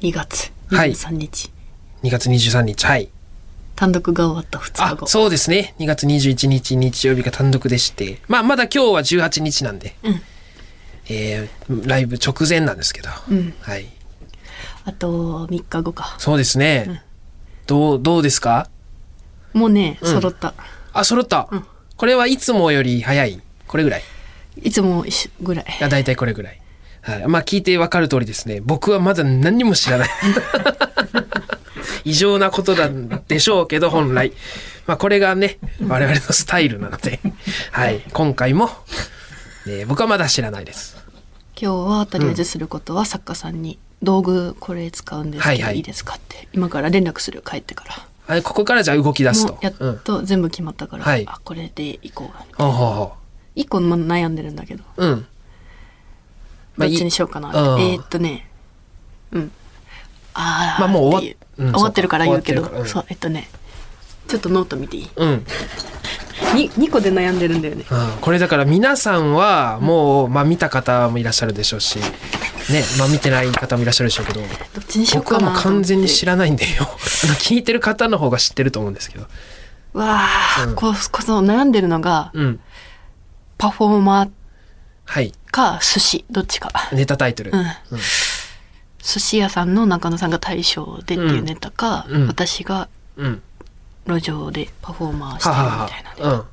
2月はい23日、 2月23日。はい。単独が終わった2日あ後、そうですね。2月21日日曜日が単独でして。まあ、まだ今日は18日なんで。うんえーライブ直前なんですけど。うん、はい。あと3日後かそうですね。どう、どうですかもうねうん揃った、あ、揃った、うんこれはいつもより早い。これぐらい。いつも一緒ぐらいいや、大体これぐらい。はい。まあ、聞いてわかる通りですね。僕はまだ何にも知らない。異常なことなんでしょうけど、本来。まあ、これがね、我々のスタイルなので。はい。今回も、えー僕はまだ知らないです。今日はとりあえずすることは作家さんに道具これ使うんですけど、はいいはいい、ですかって今から連絡する帰ってからはい。ここからじゃあ動き出すもとう。やうんっ。と全部決まったから、はいあこれでいこうかほうほうほ1個ま悩んでるんだけどう。うん。どまあっいちにしようかなって、うんえーっとねうんあーまあもう終わっってうんそうか終わってるから言うけど終わってるからうんそうえっとねちょっとノート見ていいうん。に2個で悩んでるんだよねうん、これだから皆さんはもう、まあ、見た方もいらっしゃるでしょうし、ねまあ、見てない方もいらっしゃるでしょうけどどっちにしよう僕かはなもう完全に知ららないんでよ あの聞いてる方の方が知ってると思うんですけど、わあ、うんここそ悩んでるのがうんパフォーマーはい、か寿司どっちかネタタイトル、うん寿司屋さんの中野さんが大将でっていうネタか、うんうん私がうん路上でパフォーマーしてはるはみたいなね、はうん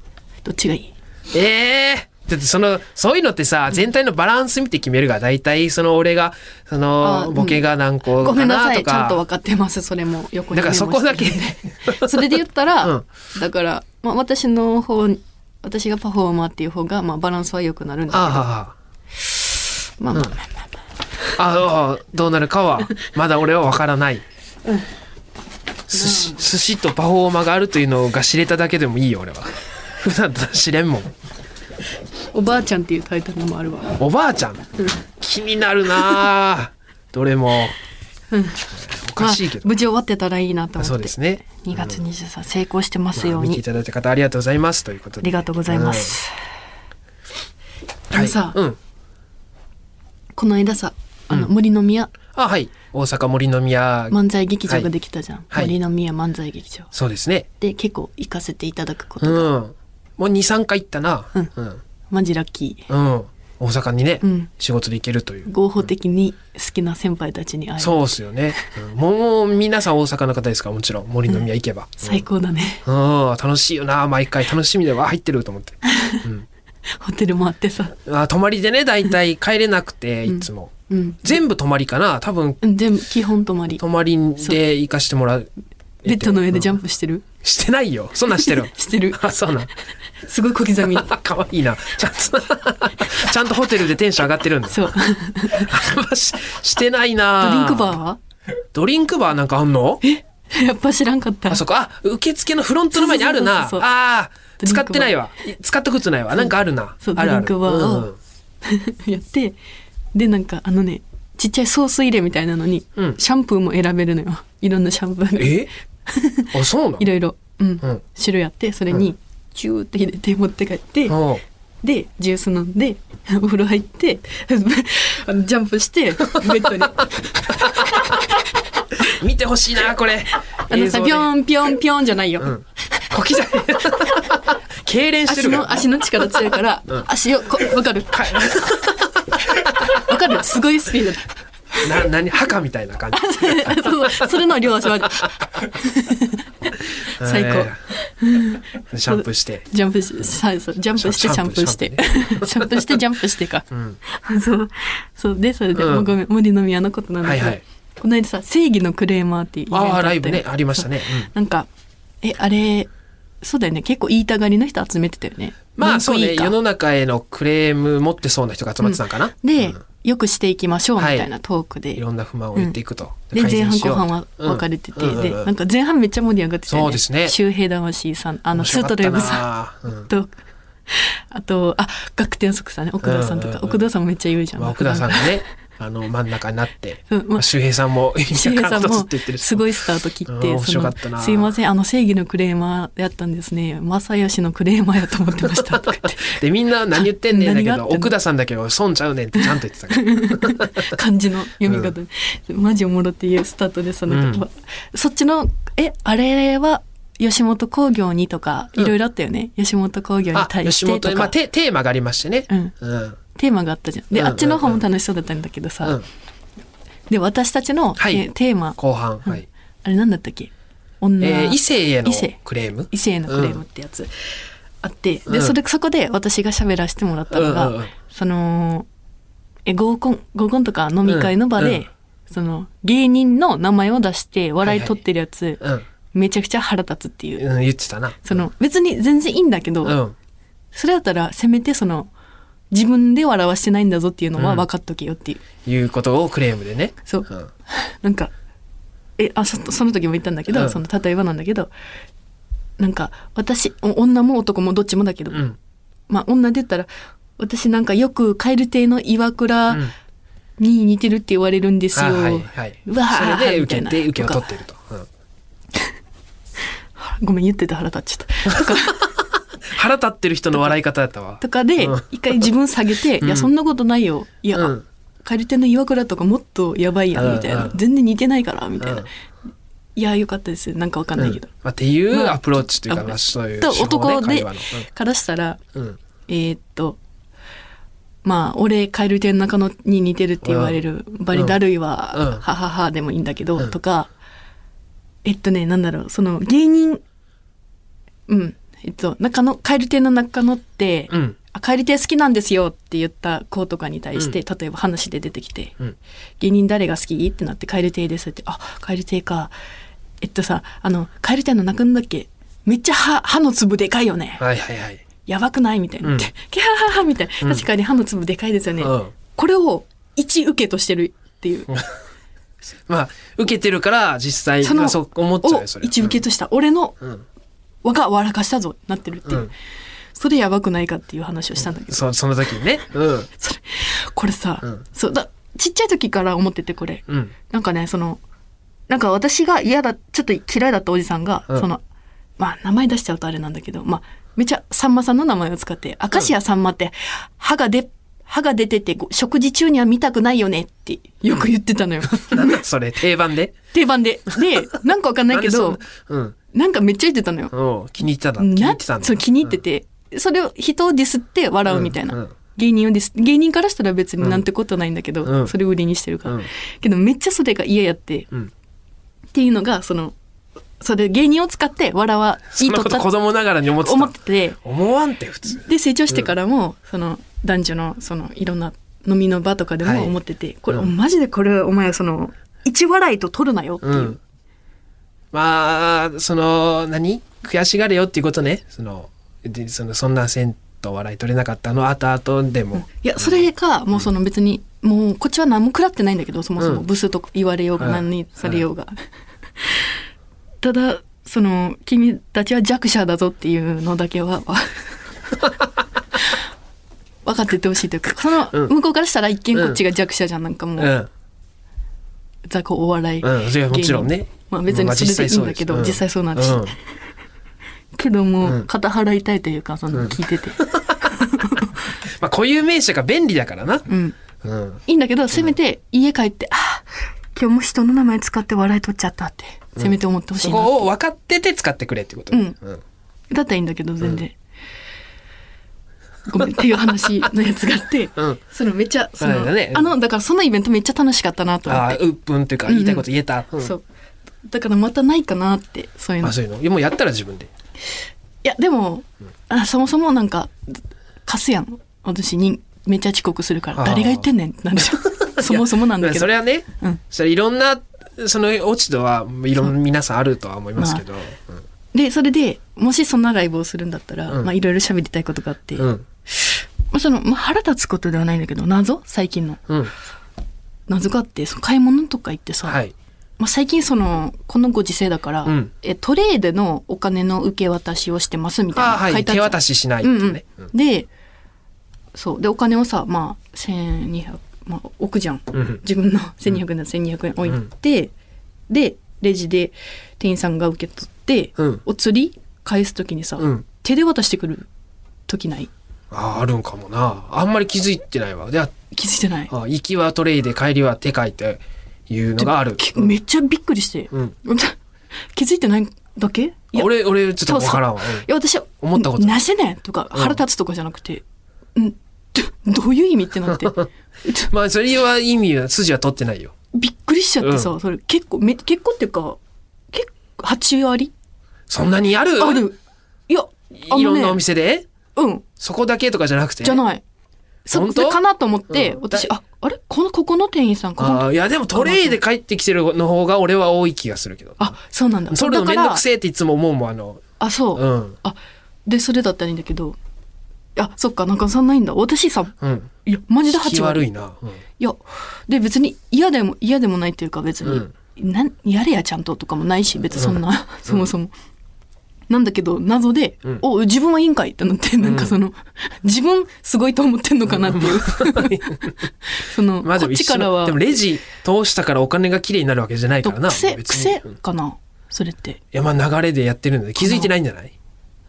どっちがいいええだってそのそういうのってさ全体のバランス見て決めるが大体その俺がそあうのんボケが何個ごめかんななさといちゃんと分かか。ってますそれも横にだからそこだけ メモしてるんでそれで言ったら、うんだから、まあ、私の方に私がパフォーマーっていう方が、まあ、バランスは良くなるんあはだはけどまあまあまあまあ、まあああどうなるかはまだ俺は分からない、寿司寿司とパフォーマーがあるというのが知れただけでもいいよ俺は普段と知れんもんおばあちゃんっていうタイトルのもあるわおばあちゃん、気になるなあどれも、おかしいけど、まあ、無事終わってたらいいなと思あってそうですね2月23、成功してますまよあう見てにいただいた方ありがとうございますということあでりがとうございま、す、うあんはのいさ、うんこの間さあの、森の宮あはい大阪森の宮、漫才劇場ができたじゃん、はい森の宮漫才劇場そうですねで結構行かせていただくこうとんが、もう23回行ったなうんうん、マジラッキーうん大阪にね、うん仕事で行けるという合法的に好きな先輩たちに会える、そうっすよね。うんもう皆さん大阪の方ですからもちろん森の宮行けば。最高だね、 うん、楽しいよな毎回楽しみでわ入ってると思って、ホテルもあってさうん、あ泊まりでね大体帰れなくていつも、うん全部泊まりかな多分うん全部基本泊まり泊まりで行かしてもらうベッドの上でジャンプ、プしてる、うんしてないよそんなんしてる してるあそうなんすごい小 刻みかわいいなちゃんと ちゃんとホテルでテンション上がってるんだ そうドししてないなリンクバーは ドリンクバーなんかあんのやっぱ知らんかったあ、そこ。あ、受付のフロントの前にあるな。あそうそうそうそうあー、ドリンク使バーってないわ。い使ったことないわ。なんかあるな。そうあるあるドリンクバーをうんうん やってでなんかあのねちっちゃいソース入れみたいなのに、うんシャンプーも選べるのよいろんなシャンプーがえあ、そうなの いろいろ、うんうん種類あってそれうにチューって入れて持って帰って、おうでジュース飲んで お風呂入って あのジャンプしてベッド にあ見てほしいな、これ。の映像さでピョンピョンピョンじゃないよ、うん。小刻み。痙攣して足るからの足の力強いから、 足をこわかるか わかるすごいスピードだ な、なに、墓みたいな感じ。そうそうそれの両足は最高高。 シャンプーして。ジャンプし、さそうジャンプして、シジャャンンププして。シャンプして、ジャンプしてか。んそう。そう。で、それで、うんもうごめん、森の宮のことなんだけど、はいはいこの間さ、正義のクレーマーっていうイベントああ、ったライよブね、ありましたね。うんなんか、え、あれ、そうだよね。結構言いたがりの人集めてたよね。まあ、文そう句いね、いか世の中へのクレーム持ってそうな人が集まってたんかな。で、うんよくしていきましょうみたいはなトークで。いろんな不満を言っていくと。で改前善半しよ後う半は分かれてて、うんうんでうんうんなんか前半めっちゃ盛り上がってたよねそうですね周平魂さんあの面スー白かトっレたブさんなうんとあとあ楽天足さんね奥田さんとうんか、うんうん奥田さんもめっちゃ言うじゃん、 まあ、奥田さんがね、あの、真ん中になって、うんまあ周平さんも、周平さんいやカードもずっと言ってるしすごいスタート切って、うん面そ白かのったなすいません、あの正義のクレーマーやったんですね。正義のクレーマーやと思ってま した。とか言っで、みんな何言ってんねんだけ何があど、ってんの奥田さんだけは損ちゃうねんってちゃんと言ってたから。て漢字の読み方で、マジおもろっていうスタートでその、うんそっちの、え、あれは吉本興業にとか、うんいろいろあったよね。吉本興業にあ、対し吉て本とで、か、まあ、テテーマがありましてね。うん、うん。テーマがあったじゃん。で、うんうんうあんっちの方も楽しそうだったんだけどさ、うんで、私たちの、はいえテーマ、後半、はい。あれなんだったっけ女、えー異性への異性クレーム異性のクレームってやつあって、うんでそれそこで私が喋らせてもらったのが、うんうんうんそのえ合コン合コンとか飲み会の場で、うんうんその芸人の名前を出して笑い取ってるやつ、うん。めちゃくちゃ腹立つっていう、うん、言ってたな。その別に全然いいんだけど、うん。それだったらせめてその自分で笑わしてないんだぞっていうのうはん分かっとけよっていう、いうことをクレームでね。そううん。なんかえあそその時も言ったんだけど、うんその例えばなんだけどなんか私お女も男もどっちもだけど、うん。まあ、女で言ったら、私なんかよく蛙亭の岩倉うんに似てるって言われるんですよ。あはいはい。うわーそれでみたい受けなて、受けを取ってると。うんごめん、言ってた腹立っちゃった。 とか、腹立ってる人の笑い方だったわ。とかでうん、一回自分下げて、うんいや、そんなことないよ。いや、うん蛙亭の岩倉とかもっとやばいやうんん、みたいなう。ん全然似てないから、みたいうんな。いや、よかったです。なんかわかんないけど。まあ、っていうまあアプローチというか、あまあ、そういう手と法ね。男で会話のからしたら、うん。うんえーっと、まあ、俺、蛙亭の中野に似てるって言われる、バリだるいは、うんはははでもいいんだけど、うんとか、えっとね、なんだろう、その、芸人、うん、えっと、中野、蛙亭の中野って、うん。あ蛙亭好きなんですよって言った子とかに対して、例えば話で出てきて、うん芸人誰が好きってなって、蛙亭ですって、あ、蛙亭か。えっとさ、あの、蛙亭の中野だっけめっちゃ歯、歯の粒でかいよね。はいはいはい。やばくないみたいな。うんキャハハみたいな。うん確かに歯の粒でかいですよね。うん。これを一受けとしてるっていう。まあ、受けてるから、実際、そまのあそう思っちゃうをよ、それ。一受けとした。俺のうんうん。我が笑かしたぞなってるっていう。うんそれやばくないかっていう話をしたんだけど。そその時にね。うん。それ、これさ、うんそうだ、ちっちゃい時から思っててこれ。うん。なんかね、その、なんか私が嫌だ、ちょっと嫌いだったおじさんが、うんその、まあ名前出しちゃうとあれなんだけど、まあめちゃさんまさんの名前を使って、明石家さんまって歯がで、歯が出ててご食事中には見たくないよねってよく言ってたのよ。なん だそれ、定番で。定番で。で、なんかわかんないけなんどで、そんな。なんかめっちゃ言ってたのよ。うん。おう気に入ってたな。気に入なってたんだ。そう気に入ってて、それを人をディスって笑うみたいな。うんうん芸人をディス、芸人からしたら別になんてことないんだけど、うんそれを売りにしてるから、うんけどめっちゃそれが嫌やって、うんっていうのが、その、それ芸人を使って笑わ、そんなこと子供ながらに思ってた。思ってて、思わんって普通。で、成長してからも、その、男女の、その、いろんな飲みの場とかではいも思ってて、これ、うんマジでこれ、お前、その、一笑いと取るなよっていう。うん。まあ、その、何悔しがれよっていうことね。その、でそのそんなせんと笑い取れなかったの、あとあとでも。いや、それか、もうその別に、もうこっちは何も食らってないんだけど、そもそうもんブスと言われようはがい何されようが。ただ、その、君たちは弱者だぞっていうのだけは、 わ分かってってほしいというか、その、うん向こうからしたら一見うんこっちが弱者じゃん、なんかもうう、ん。雑魚お笑い。うん。それはもちろんね。まあ別にそれでいいんだけど、実際そうなんです。うんけども、うん肩払いたいというか、そうんの、聞いてて。まあ固有名詞が便利だからな。うん。うん。いいんだけど、せめて家帰って、ああ、今日も人の名前使って笑い取っちゃったって、せめて思ってほしそいな。こを分かってて使ってくれってこと。うんだったらいいんだけど、全然。ごめんっていう話のやつがあって、 うんそのめっちゃ、そそうの、だねあの、だからそのイベントめっちゃ楽しかったなと思っああ、て。うっぷんっていうか、言いたいこと言えた。うんそう。だからまたないかなって、そういうの。あいそういうの。いやもうやったら自分で。や、でも、あそもそもなんか、貸すやん。私に、めっちゃ遅刻するかあら、ー誰が言ってんねん ってなる じゃん。そもそもなんだけど。それはね、うんそれいろんな、その落ち度は、いろんな皆さんあるとは思いますけど。で、それで、もしそんなライブをするんだったら、うんまあいろいろ喋りたいことがあって、うまん。あその、まあ腹立つことではないんだけど、謎最近の。うん。謎があって、その買い物とか行ってさ、はい。まあ最近その、このご時世だから、うんえトレーでのお金の受け渡しをしてますみたいあな。あ、はい。手渡し。ししないっうてんういうんね。うん。で、そう。で、お金をさ、まあ、1200、まあ、置くじゃんうん自分の1200円だったら1200円置いて、でレジで店員さんが受け取って、うんお釣り返す時にさ、うん手で渡してくる時ないあーあるんかもなあんまり気づいてないわであ気づいてないあ行きはトレイで帰りは手かいていうのがあるきめっちゃびっくりして、うん、 気づいてないだけいや俺俺ちょっとわからんわいや私は思ったことなぜねんとかうん腹立つとかじゃなくて、うん、どどういう意味ってなってちょうんまあそれは意味は筋は取ってないよびっくりしちゃってさ、うそれ結構め結構っていうか結構8割そんなにあるあるいやあのねいろんなお店でうんそこだけとかじゃなくてじゃないそ本当それかなと思って、うん私だああれこのここの店員さんこのあーいやでもトレイで帰ってきてるの方が俺は多い気がするけどあそうなんだそれのだめんかどらくせえっていつも思うもんあのあそう、うんあでそれだったらいいんだけどあそっかなんかそんないんだ私さうんいやマジで8気割悪いな、うん いやで別に嫌でも嫌でもないっていうか別に、なんやれやちゃんととかもないし別にそんな、 そもそも。なんだけど謎で、うんお自分は委員会ってなってなんかその、 自分すごいと思ってんのかなっていう、その、まあでこもっち一緒からのはでもレジ通したからお金がきれいになるわけじゃないとからな癖別に癖うんいかなそれってやまあ流れでやってるので気づいてないんじゃない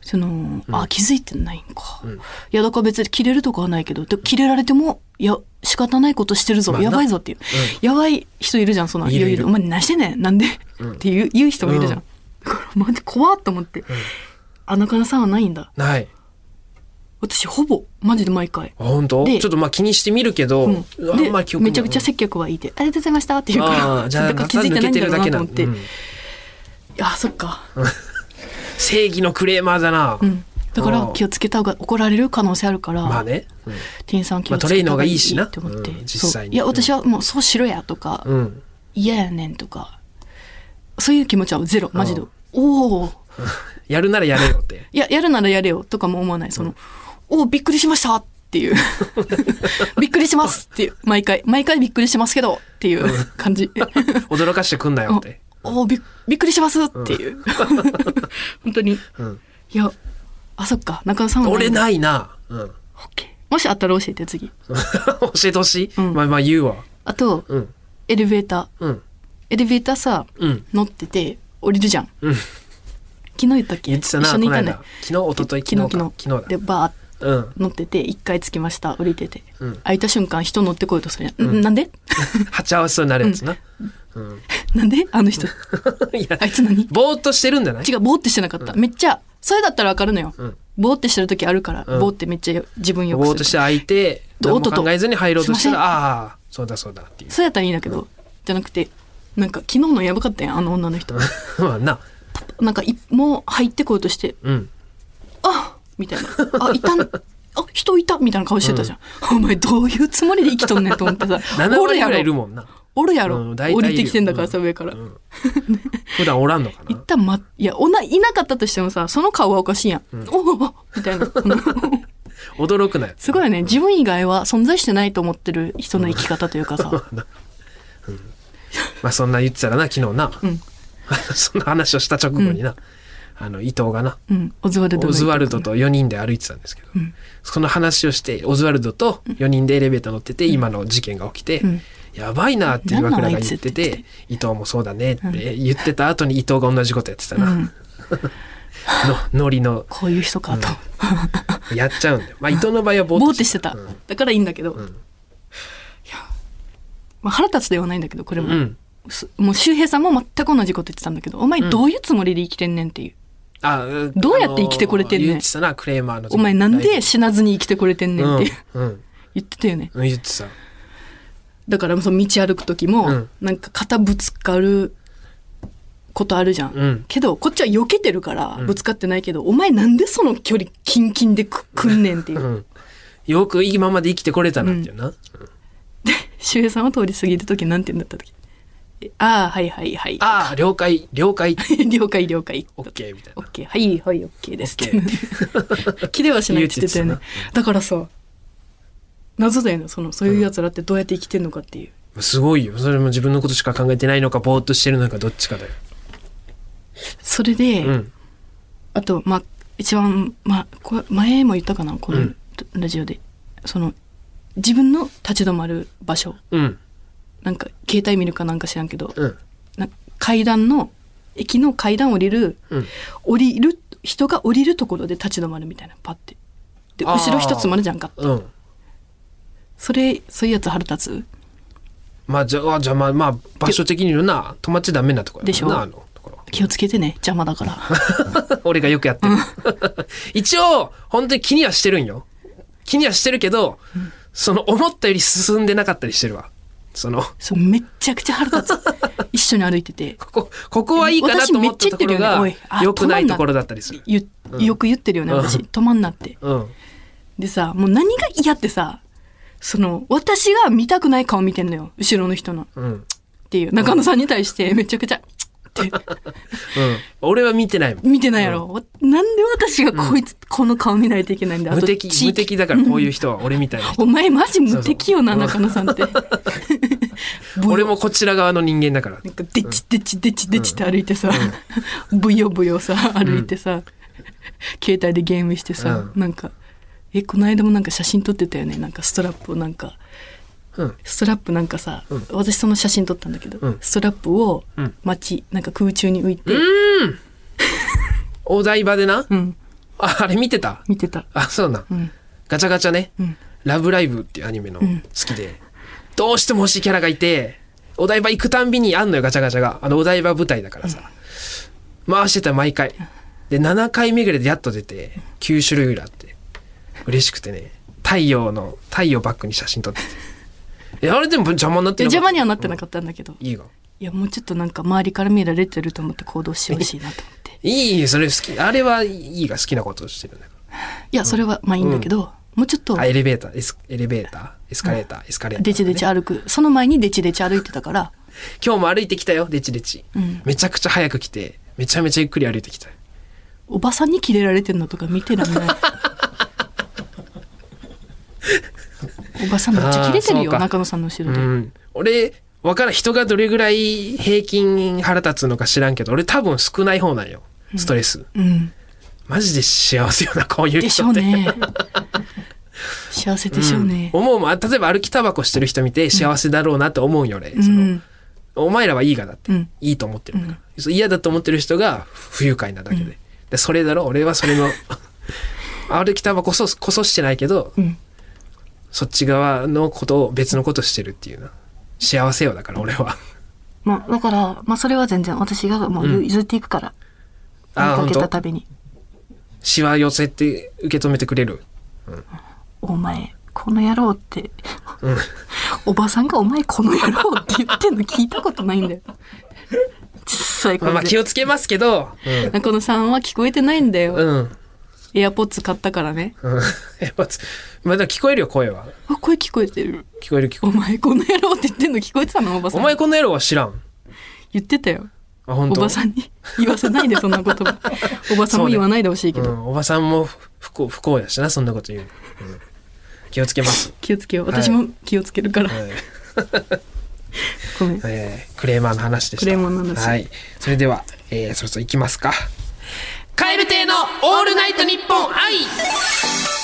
その、あ気づいてないんか、うんいやだから別に切れるとかはないけどで切れられてもいや仕方ないことしてるぞ、まあなやばいぞっていう、やばい人いるじゃんそのいるいるお前何してんねんなんで、うんっていう言う人もいるじゃん、だからマジ怖っと思って、あのからさんはないんだない私ほぼマジで毎回、あ本当ちょでっとまあ気にしてみるけど、うんあんまり記で憶にめちゃくちゃ接客はいいで「ありがとうございました」って言うから ああじゃあだから気づいてないんだろうなと思って、抜けるだけいなうやそっかん正義のクレーマーだな、うんだかあらー気をつけた方が怒られる可能性あるから、まあね、うん店員さん気をつけた方がいいって思まあっトて、レイの方がいいしなうん実そ際にういや私はもうそうしろやとか、うん嫌やねんとかそういう気持ちはゼロマジで、うんおおやるならやれよって いや、やるならやれよとかも思わない。その、おびっくりしましたって いう。びっくりしますっていう。毎回、毎回びっくりしますけどっていう感じ。驚かしてくんなよって、 おおびっびっくりしますっていう。 本当に。いうん、や、あ、そっか。中野さんは俺い。ないな、うん、 OK もしあったら教えて、次。教えてほしい、うんまあまあ言うわあと、うんエレベータうんー。エレベーターさ、うん乗ってて、降りるじゃん。うん昨日言ったっけ言ってたな一緒こにの行かな間い。昨日一昨日昨日昨日昨か日。昨日で、だバーってうん乗ってて、一回着きました、降りてて。うん開いた瞬間、人乗ってこようとするやん。うんん、なん で鉢合わせそうになるやつな、うん なんであの人。いやあいつ何ぼーっとしてるんじゃない違う、ぼーってしてなかった。めっちゃ、それだったらわかるのよ。うんぼーってしてる時あるから、うんぼーってめっちゃ自分よくぼする。ーっとして開いてど何うともと考えずに入ろうとしたすいらまああそうだそうだっていう それだったらいいんだけど、じゃなくて、なんか昨日のやばかったやん、あの女の人。まあななんかい、もう入ってこようとして、うん。あみたいな。あ、いたん、あ、人いたみたいな顔してたじゃん。お前どういうつもりで生きとんねんと思ってさ7おる割やぐらいいるろ。もんなおるやろ。うん大体いる降りてきてんだからさ、うん上から。うん普段おらんのか一な旦ま、 いや、おな、いなかったとしてもさ、その顔はおかしいやん。おおみたいな。 驚くなよすごいよね。自分以外は存在してないと思ってる人の生き方というかさ。まあそんな言ってたらな昨日な、ん そんな話をした直後にな、あの伊藤がなうん。オズワルドのオズワルドと4人で歩いてたんですけど、その話をしてオズワルドと4人でエレベーター乗ってて、今の事件が起きて、んやばいなって岩倉が言っててなんな伊藤もそうだねって言ってた後に伊藤が同じことやってたな、 のノリのこういう人かと。やっちゃうんだよまあ伊藤の場合はぼ ぼーーっってとしてたうん。だからいいんだけど。いや、まあ腹立つではないんだけど、これうも。んすもう周平さんも全く同じこと言ってたんだけど、お前どういうつもりで生きてんねんっていう。あどうやって生きてこれてんねん言ってたなクレーマーの時お前なんで死なずに生きてこれてんねんっていう。うん、うん言ってたよね。うん、言ってただからその道歩く時も、うんなんか肩ぶつかることあるじゃん、うんけどこっちは避けてるからぶつかってないけど、お前なんでその距離キンキンでくくんねんっていううんよく今まで生きてこれたなっていうな、周平さんは通り過ぎる時なんて言うんだったっけえああはいはいはいああ了解了解 了解了解オッケーみたいオッケーはいはいオッケーですオって切れはしないって言ってたよ言ねうてだからさ謎だよねそのそういうやつらってどうやって生きてんのかっていう、なすごいよそれも自分のことしか考えてないのかぼーっとしてるのかどっちかだよ、それで、うん、あとまあ一番、まあ、これ前も言ったかなこうのんラジオで、その自分の立ち止まる場所うん。なんか携帯見るかなんか知らんけどうん。な階段の駅の階段降りる、うん降りる人が降りるところで立ち止まるみたいなパッてであー後ろ一つまるじゃんかうん。それそういうやつ腹立まあ、じゃあ、じゃあまあ、まあ、場所的に言うな、止まっちゃダメなところでしょな、あのところ。 つ気をつけてね邪魔だから俺がよくやってる。 一応、本当に気にはしてるんよ。気にはしてるけど、その思ったより進んでなかったりしてるわ。その、そうめっちゃくちゃ腹 立つ一緒に歩いててここ、ここはいいかなと思ったとこ私めっちゃ言っろがてるよねおいあ、良くないところだったりする。ゆよく言ってるよね私うん止まんなってうん。でさもう何が嫌ってさその私が見たくない顔見てんのよ後ろの人のっうん。うん。ていう中野さんに対してめちゃくちゃって俺は見てないもん。見てないやろ、なんで私がこいつ、この顔見ないといけないんだあ無と敵、地域無敵だからこういう人は俺みたいな人。お前マジ無敵よなそう中野さんって ブヨ 俺もこちら側の人間だから。なんかデチデチデチデチって歩いてさ、 ブヨブヨさ歩いてさ、携帯でゲームしてさ、うんなんかえこの間もなんか写真撮ってたよねなんかストラップをなんかうん。ストラップなんかさ、うん私その写真撮ったんだけど、うんストラップをうん街なんか空中に浮いて、お台場でな。うん、あ、あれ見てた見てた、あ、そうなん。うんガチャガチャね。うん、ラブライブっていうアニメの好んきで、どうしても欲しいキャラがいて、お台場行くたんびにあんのよ、ガチャガチャが。あの、お台場舞台だからさ。回してたよ毎回。で、7回目ぐらいでやっと出て、9種類ぐらいあって。嬉しくてね、太陽の、太陽バックに写真撮ってて。え、あれでも邪魔になっいてやなかっ邪た魔にはなってなかったんだけど、いいよ。いやもうちょっとなんか周りから見られてると思って行動してほしいなと思っていいよ、それ好き。あれはいいが好きなことをしてるんだかいやそれはまあいいんだけど、もうちょっとら。あ、エレベーター、エスエレベーター、エスカレーター、エスカレーター、デチデチ歩くその前にデチデチ歩いてたから今日も歩いてきたよ、デチデチ。うんめちゃくちゃ早く来て、めちゃめちゃゆっくり歩いてきた。おばさんにキレられてんのとか見てらん ないおばさんめっちゃキレてるあーそうよか中野さんの後うろで、ん。俺、わからん、人がどれぐらい平均腹立つのか知らんけど、俺多分少ない方なんよ。ストレス。うん、マジで幸せよな、こういうでし人ょうって。ね幸せでしょうね、思うもん。あ例えば歩きタバコしてる人見て幸せだろうなって思うんよ、俺。うんそのお前らはいいがだって、うんいいと思ってるんだから、そう嫌だと思ってる人が不愉快なだけで,、でそれだろ俺はそれの 歩きタバコこそこそしてないけど、うんそっち側のことを別のことしてるっていうな幸せよだから俺はまあだから、まあ、それは全然私がもうゆ譲っていくから、見あ本かけた当たびにしわ寄せて受け止めてくれる「お前この野郎」ってうん おばさんが「お前この野郎」って言ってんの聞いたことない んだよ。ちっさいまあ、まあ声気で。をつけますけど中野さんは聞こえてないんだうよ。んうん、エアポッツ買ったからね。うん、 やっぱつまあでも聞こえるよ声はあ、声聞こえてる。聞こえる聞こえお前この野郎って言ってんの聞こえてたのおばるさおん。前この野郎は知らん言ってたよ。あ本お当ばさんに言わせないでそんな 言葉。おばさんも言わないでほしいけうど。ん、おばさんも不幸不幸やしなそんなこと言うの、うん気をつけます、気をつけよう。私も気をつけるから。はいごめん。えークレーマーの話でしたクレーマーの話はい、それでは、えー、そろそろ行きますか蛙亭のオールナイトニッポン愛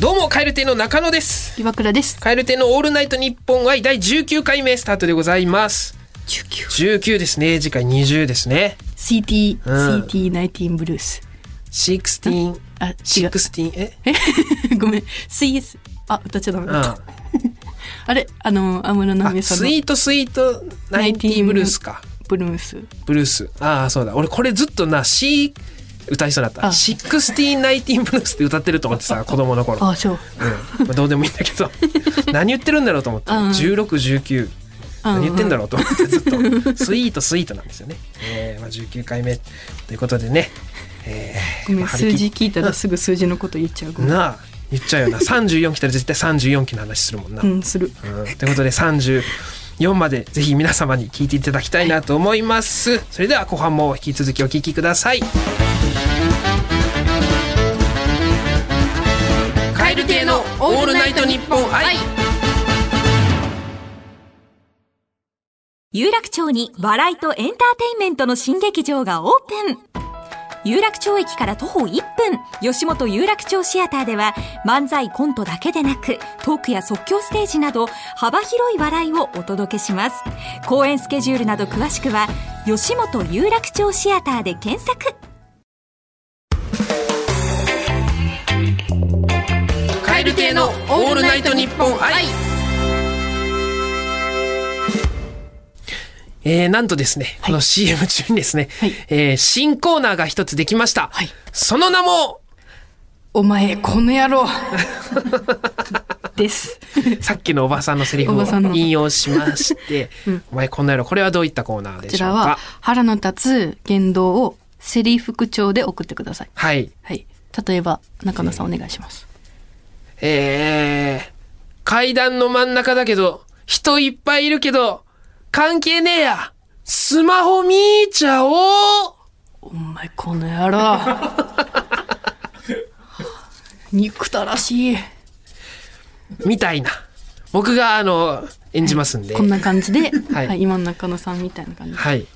どうも蛙亭の中野です岩倉です。蛙亭のオールナイトニッポン愛第19回目スタートでございます19。 19ですね次回20ですね CT、うん CT19 ブルース。 16あ、違う。 16え ごめん。CS。あ、歌っちゃダメうだったん。あれあの、安室奈あ美恵さんスのイートスイートナインティーブルースかブルース。ブルースああそうだ俺これずっとな C 歌いそうだったあシックスティーンナインティーンブルースって歌ってると思ってさ子供の頃、うんあ、そう。まあ、どうでもいいんだ けど何言ってるんだろうと思ってうん1619うん何言ってんだろうと思ってずっとスイートスイートなんですよね、えーまあ、19回目ということでね、えごめん、まあ張り数切字っ聞いたらすぐ数字のこと言っちゃう。ごめん。なあ言っちゃうよな34来たら絶対34期の話するもんな、うん、する。うんということで34までぜひ皆様に聞いていただきたいなと思います、それでは後半も引き続きお聞きくださいカエル亭のオールナイトニッポン愛有楽町に笑いとエンターテインメントの新劇場がオープン有楽町駅から徒歩1分、吉本有楽町シアターでは、漫才コントだけでなく、トークや即興ステージなど、幅広い笑いをお届けします。公演スケジュールなど詳しくは、吉本有楽町シアターで検索。カエル亭のオールナイトニッポン愛えー、なんとですね、この CM 中にですね、はいえー新コーナーが一つできました。はいその名も、お前、この 野郎です。さっきのおばさんのセリフおをばさんの引用しまして、お前こんな野郎、これはどういったコーナーこでちしょうらかは腹の立つ言動をセリフ口調で送ってください。はい。はい。例えば、中野さんお願いします。えー、階段の真ん中だけど、人いっぱいいるけど、関係ねえやスマホ見ちゃおうお前、この野郎 憎たらしい。みたいな。僕が、あの、演じますんで。こんな感じで、ははいい、今の中野さんみたいな感じ。はい。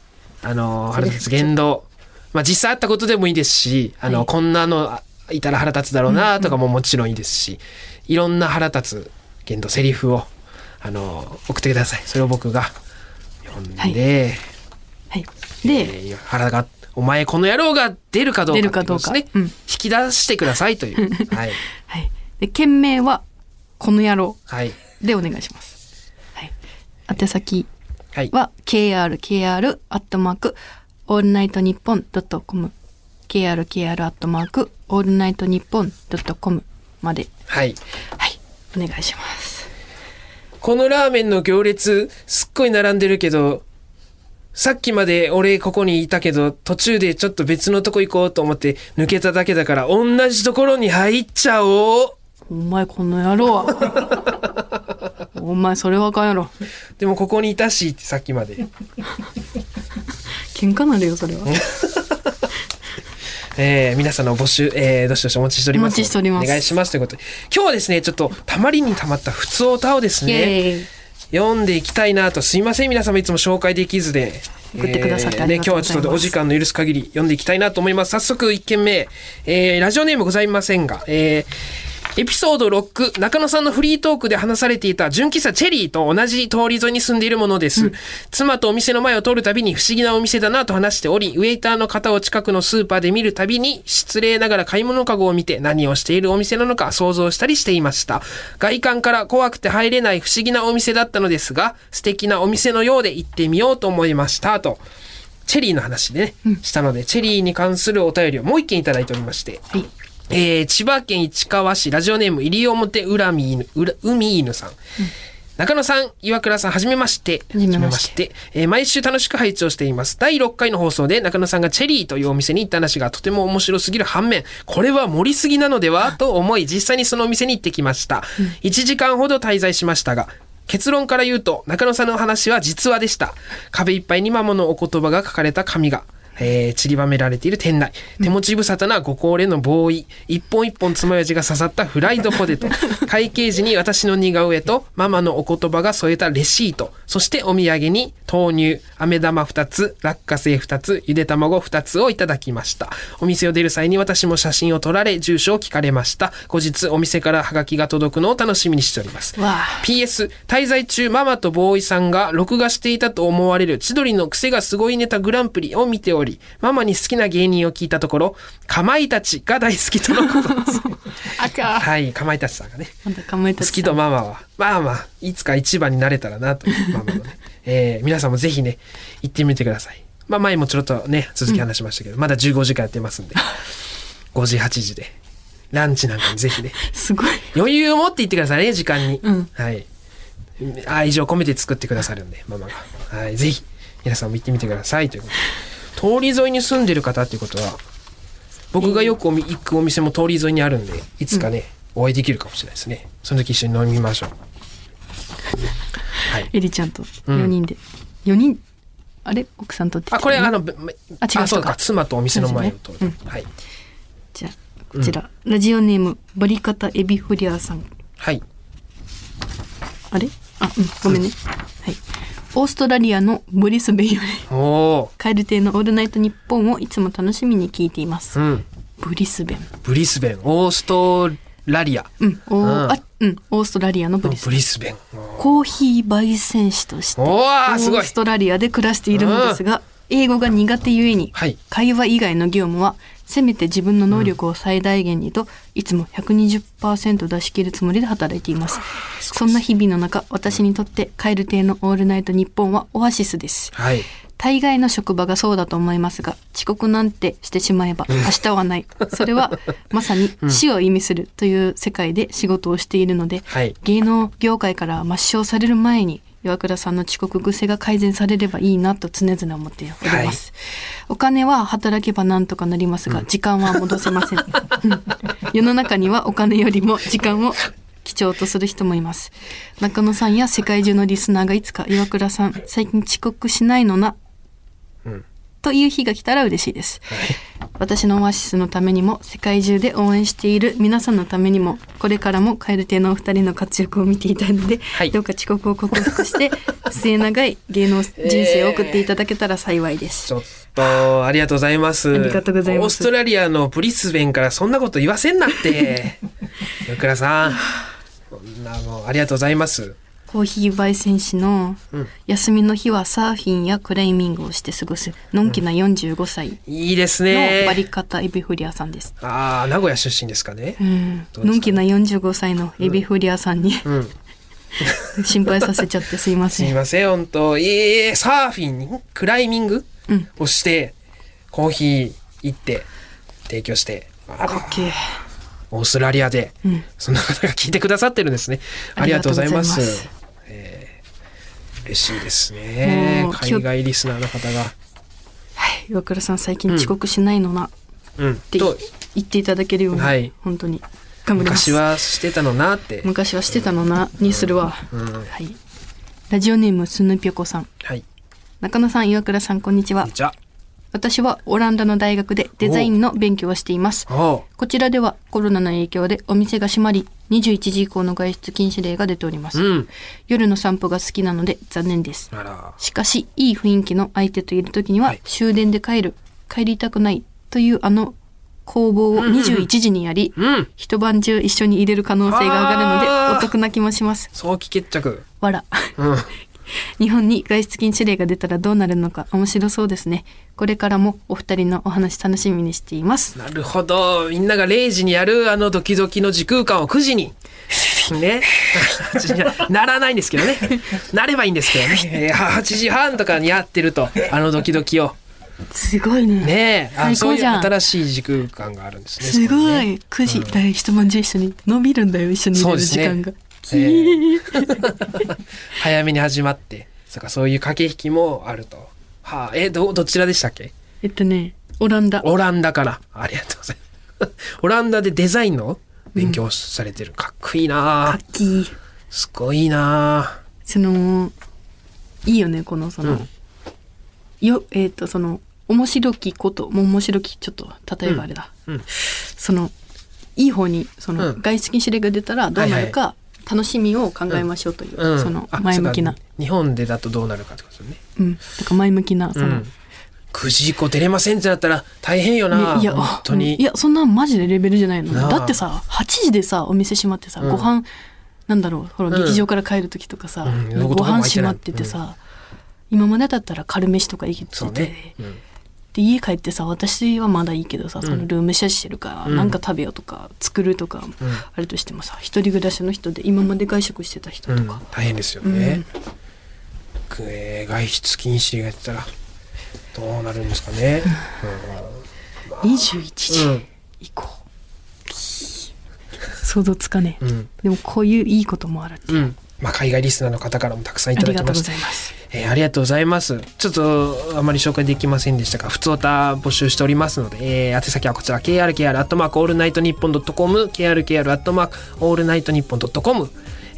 あ の、腹れ立つ言動。まあ、実際あったことでもいいですし、あの、はいこんなのあいたら腹立つだろうなとかももちろんいいですし、いろんな腹立つ言動、セリフを、あの、送ってください。それを僕が読んで、はいえはい。で、ー腹が、お前この野郎が出るかどうか出るかどうかっていことですねうん引き出してくださいと いう。はい。はい。で、件名は、この野郎はい。でお願いします。はい。宛先はい。は krkr アットマークオールナイトニッポンドットコム krkr アットマークオールナイトニッポンドットコムまではい。はいお願いしますこのラーメンの行列、すっごい並んでるけど、さっきまで俺ここにいたけど、途中でちょっと別のとこ行こうと思って抜けただけだから、同じところに入っちゃおうお前この野 郎お前それはあかんやろでもここにいたしってさっきまで。喧嘩なるよそれはえー、皆さんの募集、えー、どしどしお待ちしております。お待ちしておりますお願いしますということで。今日はですね、ちょっとたまりにたまった普通歌をですイね、エーイ読んでいきたいなと、すいません皆様いつも紹介できずで。送ってくださってあね、り今がとうございま日はすちょっとお時間の許す限り読んでいきたいなと思います。早速1件目、えー、ラジオネームございませんが、えー、エピソード6、中野さんのフリートークで話されていた純喫茶チェリーと同じ通り沿いに住んでいるものです。妻とお店の前を通るたびに不思議なお店だなと話しており、ウェイターの方を近くのスーパーで見るたびに、失礼ながら買い物かごを見て何をしているお店なのか想像したりしていました。外観から怖くて入れない不思議なお店だったのですが、素敵なお店のようで行ってみようと思いました。と。チェリーの話でね、したので、チェリーに関するお便りをもう一件いただいておりまして、はいえー千葉県市川市ラジオネーム西表浦海犬浦海犬さん、中野さん岩倉さんはじめましてはじめましてて、えー毎週楽しく拝聴しています。第6回の放送で中野さんがチェリーというお店に行った話がとても面白すぎる反面、これは盛りすぎなのではと思い、実際にそのお店に行ってきました。1時間ほど滞在しましたが、結論から言うと、中野さんのお話は実話でした。壁いっぱいに魔物のお言葉が書かれた紙が。えー散りばめられている店内手持ち無沙汰なご高齢のボーイ一本一本爪楊枝が刺さったフライドポ テト会計時に私の似顔絵とママのお言葉が添えたレシートそしてお土産に豆乳飴玉2つ落花生2つゆで卵2つをいただきましたお店を出る際に私も写真を撮られ住所を聞かれました後日お店からハガキが届くのを楽しみにしておりますわあ PS 滞在中ママとボーイさんが録画していたと思われる千鳥の癖がすごいネタグランプリを見ておりママに好きな芸人を聞いたところかまいたちが大好きとのこと です赤はいかまいたちさんがねまたかまいた好ちきさとんママはまあまあいつか一番になれたらなというママのね、えー皆さんもぜひね行ってみてくださいまあ前もちょろっとね続き話しましたけど、まだ15時間やってます んで5時8時でランチなんかにぜひねすごい余裕を持って行ってくださいね時間に、うんはい愛情込めて作ってくださるんでママが、はい、ぜひ皆さんも行ってみてくださいということで通り沿いに住んでる方っていうことは僕がよくおみ行くお店も通り沿いにあるんでいつかね、お会いできるかもしれないですねその時一緒に飲みましょうエリちゃんと4人で、四人あれ奥さんとってきてあるこれあのぶあ違う人かそうか妻とお店の前を通る、そうですはいじゃあこちら、ラジオネームバリカタエビフリアさんはいあれあ、うん、ごめんね。はい。オーストラリアのブリスベンより、おおカエル亭のオールナイトニッポンをいつも楽しみに聞いていますー。うん。ブリスベン。ブリスベン、オーストラリア。うん、おうんあうん、オーストラリアのブリスブベン。リスベン。コーヒー焙煎士として、おオー、すごーいス。トラリアで暮らしているのですが、英語が苦手ゆえに、はい会話以外の業務は、せめて自分の能力を最大限にと、いつも120%出し切るつもりで働いています。そんな日々の中、私にとって、カエル亭のオールナイト日本はオアシスです。はい。大概の職場がそうだと思いますが遅刻なんてしてしまえば明日はないそれはまさに死を意味するという世界で仕事をしているので、はい芸能業界から抹消される前に岩倉さんの遅刻癖が改善されればいいなと常々思っております、お金は働けばなんとかなりますが、時間は戻せませんうん世の中にはお金よりも時間を貴重とする人もいます中野さんや世界中のリスナーがいつか岩倉さん最近遅刻しないのなという日が来たら嬉しいです、私のオアシスのためにも世界中で応援している皆さんのためにもこれからも蛙亭のお二人の活躍を見ていたいので、はいどうか遅刻を克服して末永い芸能人生を送っていただけたら幸いです、ちょっと、ありがとうございます。ありがとうございますオーストラリアのブリスベンからそんなこと言わせん なって。よくらさん。こんなもう、ありがとうございます。コーヒー焙煎士の休みの日はサーフィンやクライミングをして過ごすのんきな45歳いいですのバリね。カタエビフリアさんです、ああ、名古屋出身ですかねう。んどうですかのんきな45歳のエビフリアさんに、ん 心配させちゃってすいませすいんません、本当ええサーフィンに、クライミング、うんをして、コーヒー行って、提供して、あかっけーオーストラリアで、んそんな方が聞いてくださってるんですね。あありりががととううごござざいいまま。すすえー嬉しいですねも。う海外リスナーの方が。岩倉さん最近遅刻しないのなっうん。てと、言っていただけるように、はい本当に頑張ります昔はしてたのなって。昔はしてたのなにするわ、はいラジオネームスヌピョコさんはい。中野さん岩倉さんこんにちはじゃ私はオランダの大学でデザインの勉強をしていますあ、おうこちらではコロナの影響でお店が閉まり21時以降の外出禁止令が出ております、うん。夜の散歩が好きなので残念ですあら。しかし、いい雰囲気の相手といる時には、はい終電で帰る、帰りたくないというあの工房を21時にやり、うん。一晩中一緒に入れる可能性が上がるあーので、お得な気もします。早期決着。わら。うん。 日本に外出禁止令が出たらどうなるのか面白そうですね。これからもお二人のお話楽しみにしています。なるほど。みんなが0時にやるあのドキドキの時空間を9 時に。ね。8時にはならないんですけどね。なればいいんですけどね。えー8時半とかにやってると、あのドキドキを。すごいね。ねえ。あ最そう高いうじゃん新しい時空間があるんですね。すそこにごね。い。9時、だい一晩中一緒に伸びるんだよ、一緒にいそれうでるす時ね間が。え ー早めに始まって。そっか、そういう駆け引きもあると。はあ、え、ど、どちらでしたっけえっとね、オランダ。オランダから。ありがとうございます。オランダでデザインの勉強をされてる。かっこいいなあかっきー。すごいなあそのいいよねこのその、うんよえっ、とその面白きこともう面白きちょっと例えばあれだ、うんうんそのいい方にその、うん外出禁止令が出たらどうなるか、楽しみを考えましょうという、うんそのあ前向きなそうか日本でだとどうなるかってことですよね。うんだから前向きなその、うん9時以降出れませんってなったら大変よな。ねいや本当に。うんいやそんなんマジでレベルじゃないのなあだってさ8時でさお店閉まってさ、んご飯なんだろうほら、うん劇場から帰る時とかさ、うんなんかごご飯飯も開いて閉ないまっててさ、今までだったら軽飯とか行けてて、そうね。うんで家帰ってさ私はまだいいけどさそのルームシェアしてるから、なんか食べようとか作るとか、あれとしてもさ一人暮らしの人で今まで外食してた人うとんか、大変ですよね。くえー外出禁止がやってたらどうなるんですかね。 21時うん以降、 想像つかねえ、うんでもこういういいこともあるって、うん。まあ海外リスナーの方からもたくさんいあたりだがときうまごしたざい。ますえーありがとうございます。ちょっと、あまり紹介できませんでしたが、普通歌募集しておりますので、えー、宛先はこちら、krkr、アットマーク、オールナイトニッポンドットコム、krkr、アットマーク、オールナイトニッポンドットコム、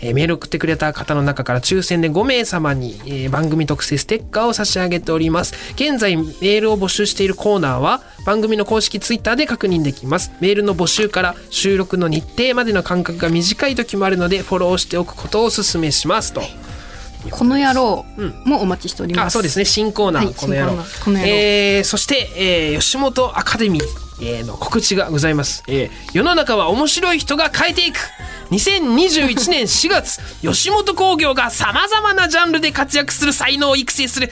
えーメール送ってくれた方の中から抽選で5名様に、えー番組特製ステッカーを差し上げております。現在、メールを募集しているコーナーは、番組の公式ツイッターで確認できます。メールの募集から収録の日程までの間隔が短い時もあるので、フォローしておくことをお勧めしますと。いうとこのです野郎うんもお待ちしております。あそうですね新コーナー、はいこの野郎新コーナーこの野郎えーそして、えー吉本アカデミーえーの告知がございます、えー世の中は面白い人が変えていく2021年4月 吉本興業がさまざまなジャンルで活躍する才能を育成する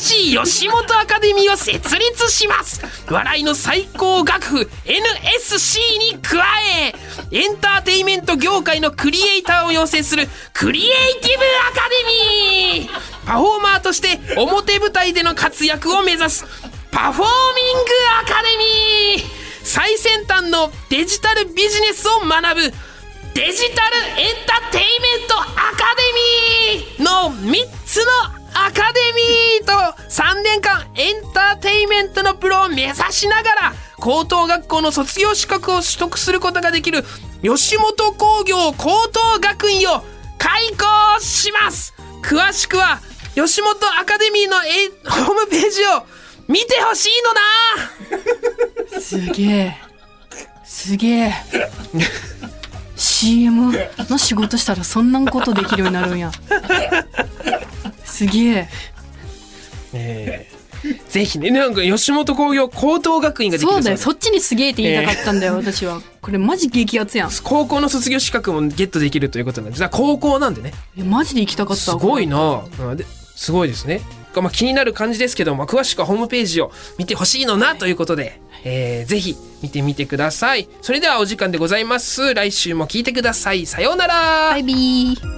新しい吉本アカデミーを設立します笑いの最高学府 NSC に加えエンターテインメント業界のクリエイターを養成するクリエイティブアカデミーパフォーマーとして表舞台での活躍を目指すパフォーミングアカデミー最先端のデジタルビジネスを学ぶデジタルエンターテインメントアカデミーの3つのアカデミーと3年間エンターテインメントのプロを目指しながら高等学校の卒業資格を取得することができる吉本興業高等学院を開校します詳しくは吉本アカデミーのえホームページを見てほしいのなすげえ。すげえ。CM の仕事したらそんなことできるようになるんや。すげえ。ぜひねなんか吉本興業高等学院ができるそうだよ。そうそっちにすげえって言いたかったんだよ、私は。これマジ激アツやん。いです高校の卒業資格もゲットできるということなんですだから高校なんでねやマジで行きたかったすごいな、うんですごいですね、まあ、気になる感じですけど、まあ、詳しくはホームページを見てほしいのなということで、えーぜひ見てみてくださいそれではお時間でございます来週も聞いてくださいさようならバイビー。